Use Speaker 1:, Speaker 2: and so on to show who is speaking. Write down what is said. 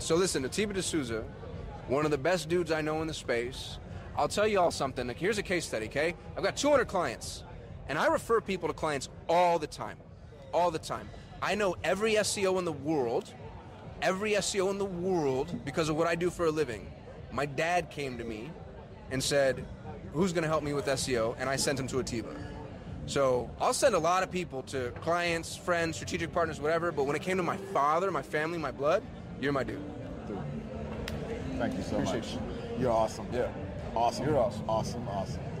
Speaker 1: So listen, Atiba D'Souza, one of the best dudes I know in the space. I'll tell you all something. Like, Here's a case study, okay? I've got 200 clients, and I refer people to clients all the time, all the time. I know every SEO in the world, every SEO in the world, because of what I do for a living. My dad came to me and said, "Who's going to help me with SEO?" And I sent him to Atiba. So I'll send a lot of people to clients, friends, strategic partners, whatever. But when it came to my father, my family, my blood, you're my dude.
Speaker 2: Thank you so
Speaker 1: Appreciate
Speaker 2: much. You. are awesome.
Speaker 1: Yeah.
Speaker 2: Awesome.
Speaker 1: You're awesome.
Speaker 2: Awesome. Awesome.